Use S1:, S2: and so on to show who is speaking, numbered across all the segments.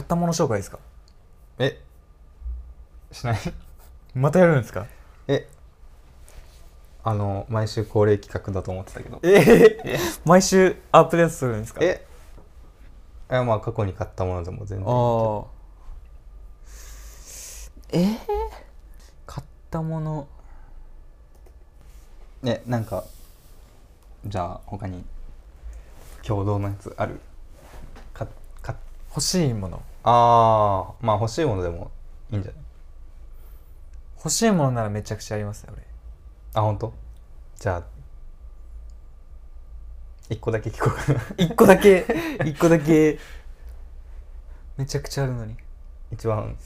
S1: ったもの紹介ですか
S2: えしない
S1: またやるんですか
S2: えあの毎週恒例企画だと思ってたけど
S1: ええ毎週アップデートするんですか
S2: ええまあ過去に買ったものでも全然
S1: ああえー、買ったもの
S2: えなんかじゃあ他に共同のやつあるかか
S1: 欲しいもの
S2: ああまあ欲しいものでもいいんじゃない
S1: 欲しいものならめちゃくちゃありますね俺
S2: あ本当じゃあ一個だけ聞こうかな
S1: 一個だ け一個だけめちゃくちゃあるのに
S2: 一番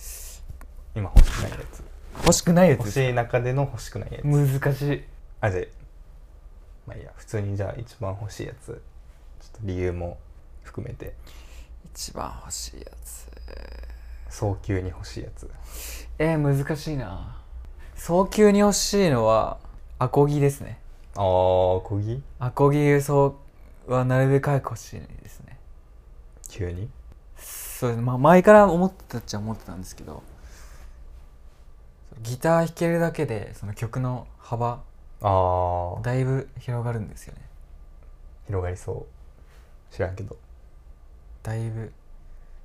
S2: 今欲しくないやつ
S1: 欲しくないや
S2: 欲
S1: つ
S2: しい中での欲しくないやつ
S1: 難しい
S2: あじゃあまあいいや普通にじゃあ一番欲しいやつちょっと理由も含めて
S1: 一番欲しいやつ
S2: 早急に欲しいやつ
S1: えー、難しいな早急に欲しいのはアコギですね
S2: あー小木
S1: アコギそうはなるべく早く欲しいですね
S2: 急に
S1: そうですねまあ前から思ってたっちゃ思ってたんですけどギター弾けるだけでその曲の幅
S2: ああ
S1: だいぶ広がるんですよね
S2: 広がりそう知らんけど
S1: だいぶ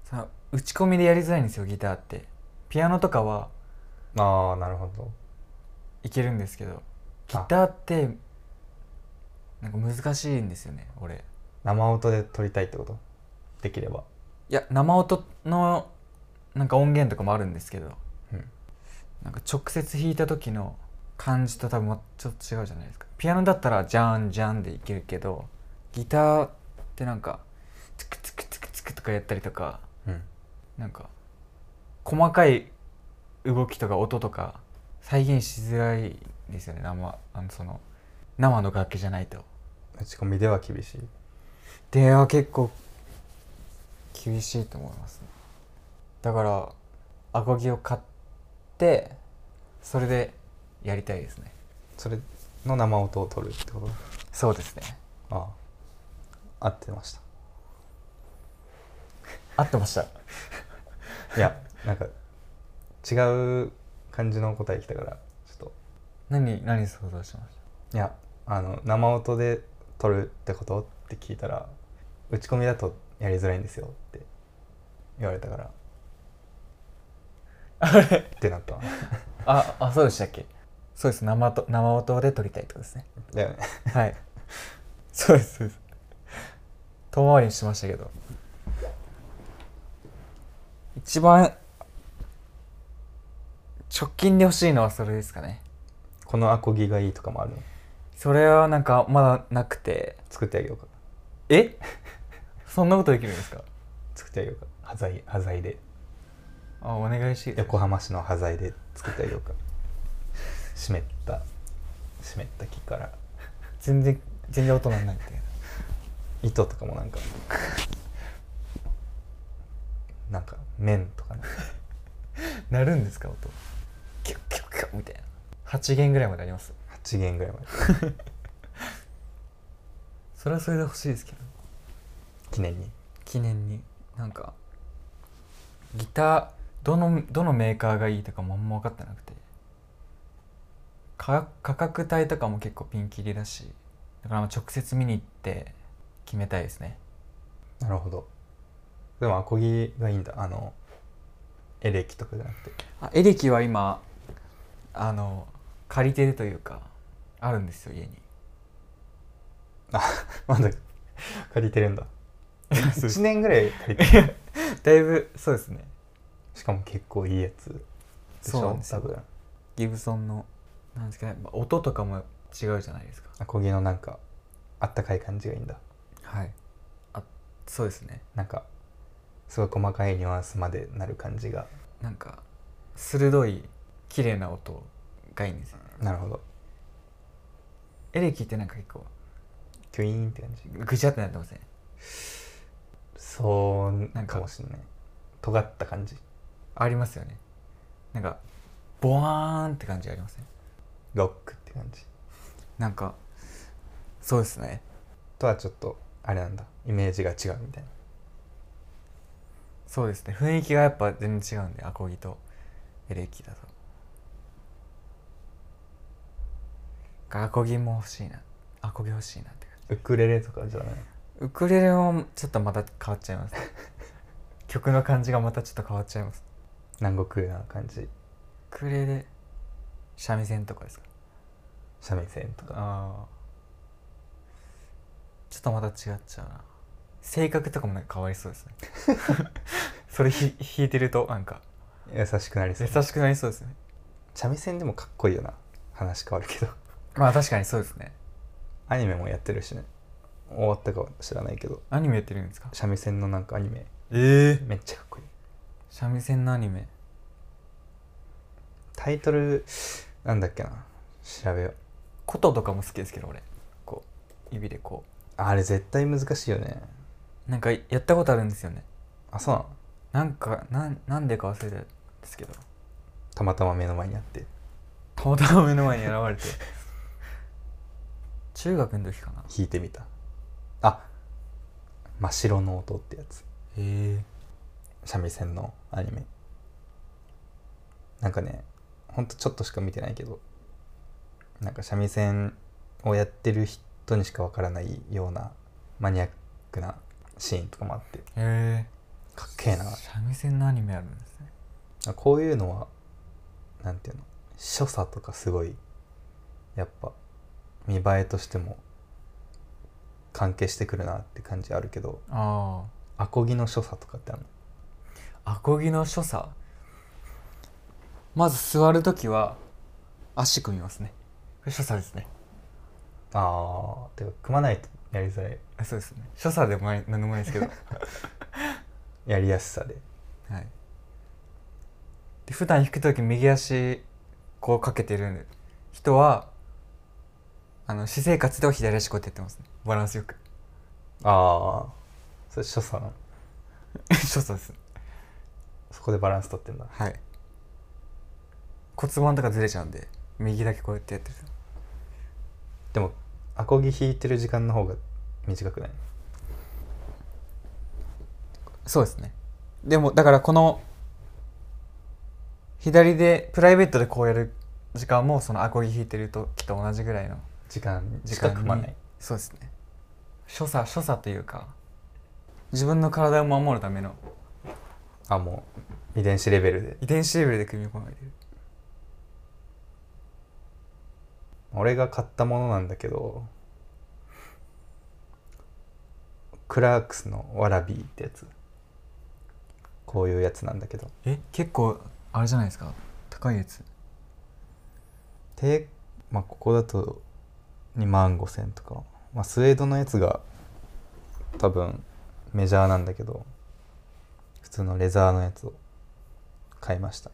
S1: その打ち込みでやりづらいんですよギターってピアノとかは
S2: ああなるほど
S1: いけるんですけどギ
S2: あ
S1: ターってなんか難しいんですよね俺
S2: 生音で撮りたいってことできれば
S1: いや生音のなんか音源とかもあるんですけど、
S2: うん
S1: なんか直接弾いた時の感じと多分まちょっと違うじゃないですかピアノだったらジャンジャンでいけるけどギターってなんかツクツクツクツクとかやったりとか
S2: うん
S1: なんか細かい動きとか音とか再現しづらいですよね生あのその生の楽器じゃないと。
S2: 打ち込みでは厳しい
S1: では結構厳しいと思いますねだからアコギを買ってそれでやりたいですね
S2: それの生音を撮るってこと
S1: そうですね
S2: ああ合ってました
S1: 合ってました
S2: いやなんか違う感じの答え来たからちょっと
S1: 何何想像しまし
S2: いやあの生音で撮るってことって聞いたら打ち込みだとやりづらいんですよって言われたからあれってなったわ
S1: たああそうでしたっけそうです生と生音で撮りたいってこと ですね
S2: だよね
S1: はいそうですそうです遠回りにしましたけど一番直近で欲しいのはそれですかね
S2: このアコギがいいとかもあるの
S1: それはなんかまだなくて
S2: 作ってあげようか
S1: え そんなことできるんですか
S2: 作ってあげようか端材端材で
S1: あお願いしい
S2: 横浜市の端材で作ってあげようか湿った湿った木から
S1: 全然全然音なんないって
S2: 糸とかもなんかなんか面とかね
S1: なるんですか音キュッキュッキュッみたいな8弦ぐらいまであります
S2: 8弦ぐらいまで
S1: それはそれで欲しいですけど
S2: 記念に
S1: 記念になんかギターどのどのメーカーがいいとかもあんま分かってなくて価価格帯とかも結構ピンキリだしだからまあ直接見に行って決めたいですね
S2: なるほどでもアコギがいいんだあのエレキとかじゃなくて
S1: あエレキは今あの借りてるというかあるんですよ家に
S2: まだ借りてるんだ
S1: そう
S2: 1年ぐらい借 りてる
S1: だいぶそうですね
S2: しかも結構いいやつでし
S1: そうなん
S2: ょ
S1: です
S2: 多
S1: よ
S2: 分
S1: ギブソンのなんですかねまあ音とかも違うじゃないですか
S2: アコギのなんかあったかい感じがいいんだ
S1: はいあそうですね
S2: なんかすごい細かいニュアンスまでなる感じが
S1: なんか鋭い綺麗な音がいいんですよね
S2: なるほど
S1: エレキってなんか結構
S2: キュイーンって感じ
S1: ぐちゃってなってますね
S2: そう
S1: なんか
S2: かもしんない尖った感じ
S1: ありますよねなんかボワーンって感じがありますね
S2: ロックって感じ
S1: なんかそうですね
S2: とはちょっとあれなんだイメージが違うみたいな
S1: そうですね雰囲気がやっぱ全然違うんでアコギとエレキだとアコギも欲しいなアコギ欲しいなって感
S2: ウクレレとかじゃない
S1: じウクレレもちょっとまた変わっちゃいます 曲の感じがまたちょっと変わっちゃいます
S2: 南国な感じ
S1: ウクレレ三味線とかですか
S2: 三味線とか
S1: ああちょっとまた違っちゃうな性格とかもなんか変わりそうですね それひ弾いてるとなんか
S2: 優しくなりそう
S1: 優しくなりそうですね
S2: 三味線でもかっこいいよな話変わるけど
S1: まあ確かにそうですね
S2: アニメもやってるしね終わったかは知らないけど
S1: アニメやってるんですか
S2: 三味線のなんかアニメ
S1: ええ
S2: めっちゃかっこいい
S1: 三味線のアニメ
S2: タイトルなんだっけな調べよう
S1: 琴とかも好きですけど俺こう指でこ
S2: あれ絶対難しいよね
S1: うなんかやったことあるんですよね
S2: あそうなの
S1: なんかなんなんでか忘れたんですけど
S2: たまたま目の前にあって
S1: たまたま目の前に現れて中学の時かな
S2: 弾いてみたあ真っ白の音ってやつ
S1: え
S2: 三味線のアニメなんかねほんとちょっとしか見てないけどなんか三味線をやってる人にしかわからないようなマニアックなシーンとかもあって
S1: ええ
S2: かっけえな
S1: 三味線のアニメあるんですね
S2: こういうのはなんていうの所作とかすごいやっぱ見栄えとしても関係してくるなって感じあるけど
S1: あ
S2: アコギの所作とかってあるの
S1: あアコギの所作まず座る時は足組みますねこれ所作ですね
S2: あーてか組まないとやりづらい
S1: あそうですね所作でもない何でもないです けど
S2: やりやすさで
S1: はい、で普段弾く時右足こうかけてる人はあの私生活では左足こうやってやってますねバランスよく
S2: ああそれ所作なの
S1: そうそうです
S2: そこでバランス取ってんだ
S1: はい骨盤とかずれちゃうんで右だけこうやってやってる
S2: でもアコギ弾いてる時間の方が短くない
S1: そうですねでもだからこの左でプライベートでこうやる時間もそのアコギ弾いてる時と同じぐらいの
S2: 時間
S1: 時
S2: 時
S1: 間
S2: 間
S1: に
S2: 組まない
S1: そうですね所作所作というか自分の体を守るための
S2: あもう遺伝子レベルで
S1: 遺伝子レベルで組み込まれてる
S2: 俺が買ったものなんだけどクラークスのワラビーってやつこういうやつなんだけど
S1: え結構あれじゃないですか高いやつ
S2: 定まあここだと2万5千とか、まあ、スウェードのやつが多分メジャーなんだけど普通のレザーのやつを買いました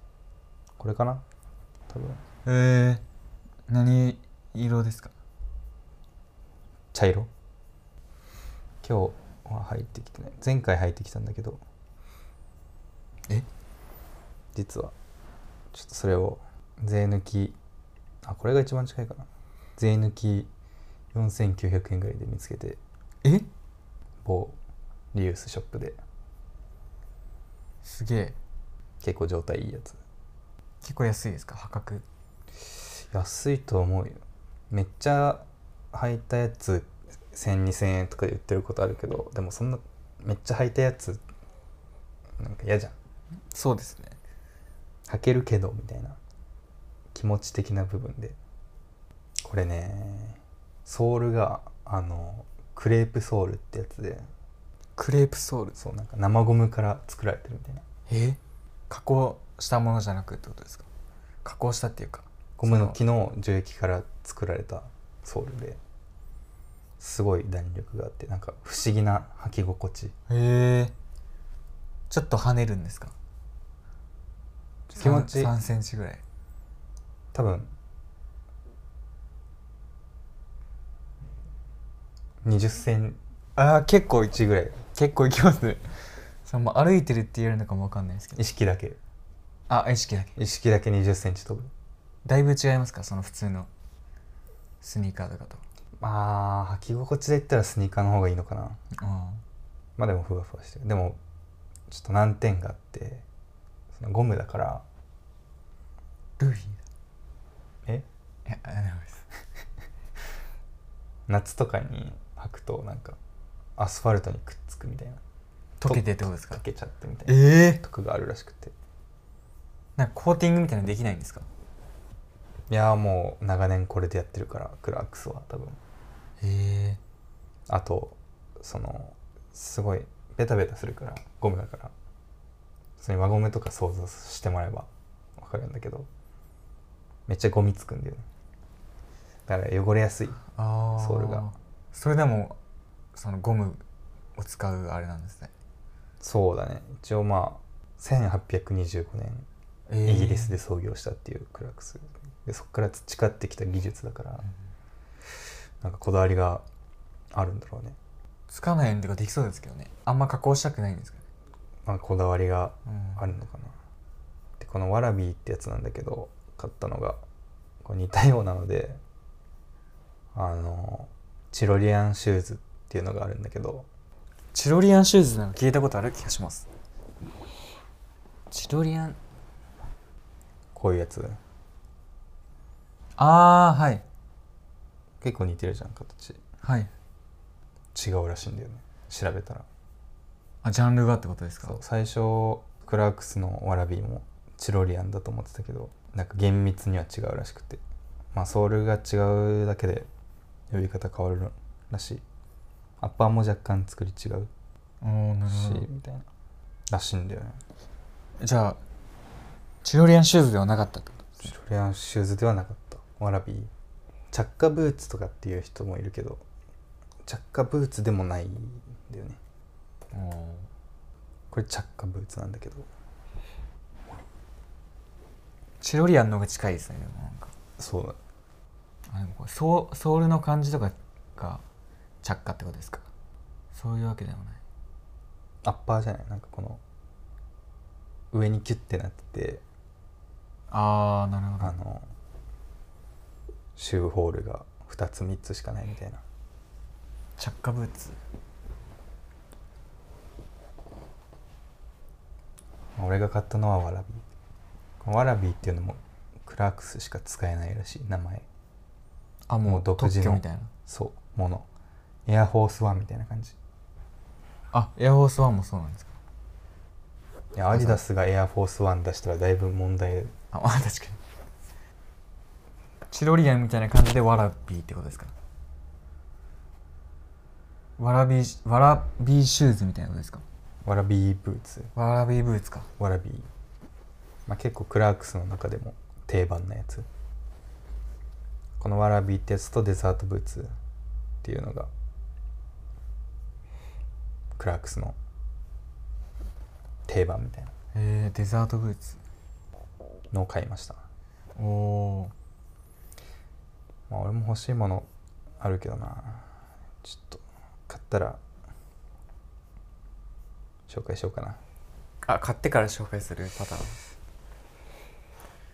S2: これかな多分
S1: えー、何色ですか
S2: 茶色今日は入ってきてない前回入ってきたんだけど
S1: え
S2: 実はちょっとそれを税抜きあこれが一番近いかな税抜き4900円ぐらいで見つけて
S1: え
S2: 某リユースショップです
S1: げえ
S2: 結構状態いいやつ
S1: 結構安いですか破格
S2: 安いと思うよめっちゃ履いたやつ10002000円とか言ってることあるけどでもそんなめっちゃ履いたやつなんか嫌じゃん
S1: そうですね
S2: 履けるけどみたいな気持ち的な部分でこれねソールがあのクレープソールってやつで
S1: クレープソール
S2: そうなんか生ゴムから作られてるみたいな
S1: え加工したものじゃなくってことですか加工したっていうか
S2: ゴムの木の樹液から作られたソールですごい弾力があってなんか不思議な履き心地
S1: へえちょっと跳ねるんですか
S2: 気持ちいい
S1: 3センチぐらい
S2: 多分20セン
S1: ああ結構い
S2: チぐらい
S1: 結構いきますね そのまあ歩いてるって言えるのかもわかんないですけど
S2: 意識だけ
S1: あ意識だけ
S2: 意識だけ20センチ飛ぶ
S1: だいぶ違いますかその普通のスニーカーとかと
S2: まあ履き心地で言ったらスニーカーの方がいいのかな
S1: あ
S2: まあでもふわふわしてるでもちょっと難点があってそのゴムだから
S1: ルフィ
S2: え
S1: だいやあのです
S2: 夏とかに履くとなんかアスファルトにくっつくみたいな
S1: 溶けてってことですか
S2: 溶けちゃってみたいな
S1: ええ
S2: とかがあるらしくて
S1: なんかコーティングみたいなのできないんですか
S2: いやーもう長年これでやってるからクラークスは多分
S1: ええ
S2: あとそのすごいベタベタするからゴムだから普通に輪ゴムとか想像してもらえばわかるんだけどめっちゃゴミつくんだよねだから汚れやすい
S1: ああ
S2: ソールが
S1: それでもそのゴムを使うあれなんですね
S2: そうだね一応まあ1825年
S1: ええ
S2: イギリスで創業したっていうクラックスでそこから培ってきた技術だからなんかこだわりがあるんだろうね、
S1: つかないようにとかできそうですけどねあんま加工したくないんですかね、
S2: まあ、こだわりが
S1: うん
S2: あるのかなでこのワラビーってやつなんだけど買ったのがこう似たようなのであのチロリアンシューズっていうのがあるんだけど
S1: チロリアンシューズなんか聞いたことある気がしますチロリアン
S2: こういうやつ
S1: ああはい
S2: 結構似てるじゃん形
S1: はい
S2: 違うらしいんだよね調べたら
S1: あジャンルがってことですか
S2: そう最初クラークスのワラビーもチロリアンだと思ってたけどなんか厳密には違うらしくてまあソールが違うだけで呼び方変わるらしいアッパーも若干作り違う
S1: おおなる
S2: し、
S1: ほど
S2: みたいならしいんだよね
S1: じゃあチロリアンシューズではなかったってこと
S2: チロリアンシューズではなかったワラビー着火ブーツとかっていう人もいるけど着火ブーツでもないんだよねこれ着火ブーツなんだけど
S1: チロリアンの方が近いですねでもなんか
S2: そうだ
S1: あでもこれソーソールの感じとかが着火ってことですかそういうわけでもない
S2: アッパーじゃないなんかこの上にキュッてなってて
S1: ああなるほ
S2: あのシューホールが2つ3つしかないみたいな
S1: 着火ブーツ
S2: まあ俺が買ったのはワラビーこのワラビーっていうのもクラークスしか使えないらしい名前
S1: あ
S2: も
S1: も
S2: う
S1: う
S2: 独
S1: 特
S2: 自の
S1: 許みたいな
S2: そうものエアフォースワンみたいな感じ
S1: あエアフォースワンもそうなんですか
S2: いやアディダスがエアフォースワン出したらだいぶ問題
S1: あまあ確かにチロリアンみたいな感じでワラビーってことですかワラビーワラビーシューズみたいなことですか
S2: ワラビーブーツ
S1: ワラビーブーツか
S2: ワラビー、まあ、結構クラークスの中でも定番なやつこのワラビーってやつとデザートブーツっていうのがクラークスの定番みたいな
S1: えー、デザートブーツ
S2: のを買いました
S1: おお
S2: まあ俺も欲しいものあるけどなちょっと買ったら紹介しようかな
S1: あ買ってから紹介するパターン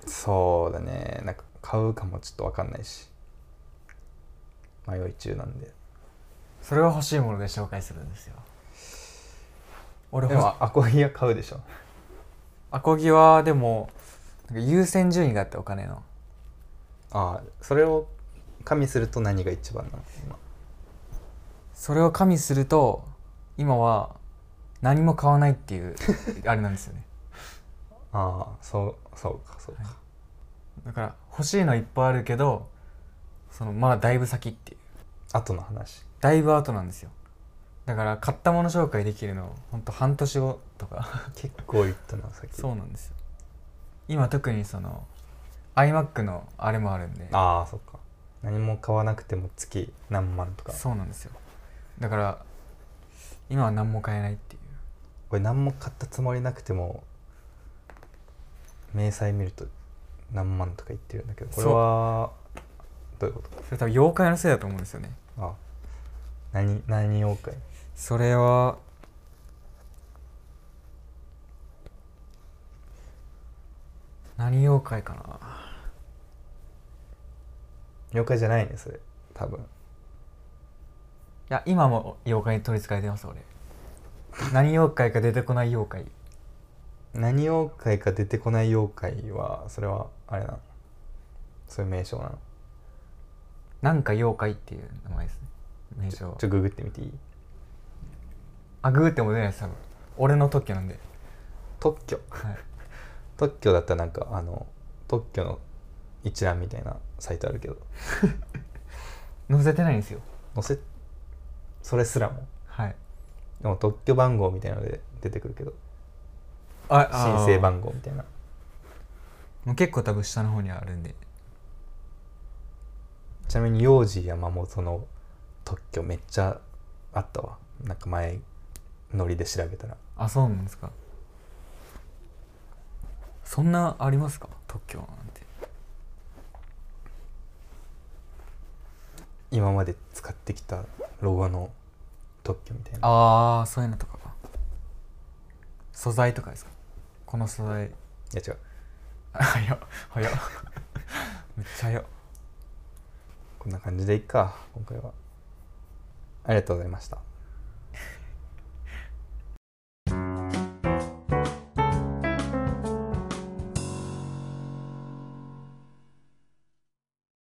S2: そうだねなんか買うかもちょっと分かんないし迷い中なんで
S1: それは欲しいもので紹介するんですよ俺
S2: で
S1: は
S2: もアコギは買うでしょ
S1: アコギはでもなんか優先順位があってお金の
S2: ああそれを加味すると何が一番なの今
S1: それを加味すると今は何も買わないっていう あれなんですよね
S2: ああそうそうかそうか、
S1: だから欲しいのいっぱいあるけどそのまだだいぶ先っていう
S2: 後の話
S1: だいぶ後なんですよだから買ったもの紹介できるのほんと半年後とか
S2: 結構言ったな先
S1: そうなんですよ今特にその iMac のあれもあるんで
S2: ああそっか何も買わなくても月何万とか
S1: そうなんですよだから今は何も買えないっていう
S2: これ何も買ったつもりなくても明細見ると何万とか言ってるんだけどこれはどういうこと
S1: それ多分妖怪のせいだと思うんですよね
S2: あ何何妖怪
S1: それは何妖怪かな
S2: 妖怪じゃないねそれ多分
S1: いや今も妖怪に取りつかれてます俺何妖怪か出てこない妖怪
S2: 何妖怪か出てこない妖怪はそれはあれなのそういう名称なの
S1: なんか妖怪っていう名前ですね名
S2: ちょ
S1: 称
S2: っとググってみていい
S1: あグーっても出ないです多分俺の特許なんで、
S2: 特許
S1: はい、
S2: 特許だったらなんかあの特許の一覧みたいなサイトあるけど
S1: 載せてないんですよ
S2: 載せそれすらも
S1: はい
S2: でも特許番号みたいなので出てくるけど
S1: あ
S2: 申請番号みたいな
S1: もう結構多分下の方にあるんで
S2: ちなみに幼児山本の特許めっちゃあったわなんか前ノリで調べたら
S1: あそうなんですかそんなありますか特許なんて
S2: 今まで使ってきたロゴの特許みたいな
S1: ああそういうのとかか素材とかですかこの素材
S2: いや違う
S1: あ早っ早っ めっちゃ早っ
S2: こんな感じでいっか今回はありがとうございました